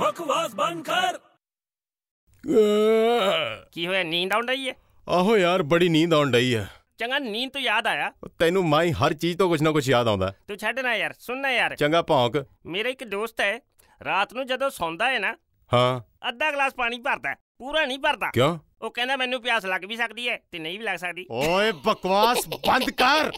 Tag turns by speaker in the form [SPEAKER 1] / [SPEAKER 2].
[SPEAKER 1] ਬਕਵਾਸ ਬੰਦ ਕਰ
[SPEAKER 2] ਅਹ,
[SPEAKER 3] ਕੀ ਹੋਇਆ ਨੀਂਦ ਆਉਣ ਰਹੀ ਹੈ
[SPEAKER 2] ਆਹੋ ਯਾਰ ਬੜੀ ਨੀਂਦ ਆਉਣ ਡਈ ਆ
[SPEAKER 3] ਚੰਗਾ ਨੀਂਦ ਤੋਂ ਯਾਦ ਆਇਆ
[SPEAKER 2] ਤੈਨੂੰ ਮਾਈ ਹਰ ਚੀਜ਼ ਤੋਂ ਕੁਛ ਨਾ ਕੁਛ ਯਾਦ ਆਉਂਦਾ
[SPEAKER 3] ਤੂੰ ਛੱਡ ਨਾ ਯਾਰ ਸੁਣ ਨਾ ਯਾਰ
[SPEAKER 2] ਚੰਗਾ ਭੌਂਕ
[SPEAKER 3] ਮੇਰਾ ਇੱਕ ਦੋਸਤ ਹੈ ਰਾਤ ਨੂੰ ਜਦੋਂ ਸੌਂਦਾ ਹੈ ਨਾ
[SPEAKER 2] ਹਾਂ
[SPEAKER 3] ਅੱਧਾ ਗਲਾਸ ਪਾਣੀ ਭਰਦਾ ਹੈ, ਪੂਰਾ ਨਹੀਂ ਭਰਦਾ
[SPEAKER 2] ਕਿਉਂ
[SPEAKER 3] ਉਹ ਕਹਿੰਦਾ ਮੈਨੂੰ ਪਿਆਸ ਲੱਗ ਵੀ ਸਕਦੀ ਹੈ ਤੇ ਨਹੀਂ ਵੀ ਲੱਗ ਸਕਦੀ
[SPEAKER 2] ਓਏ ਬਕਵਾਸ ਬੰਦ ਕਰ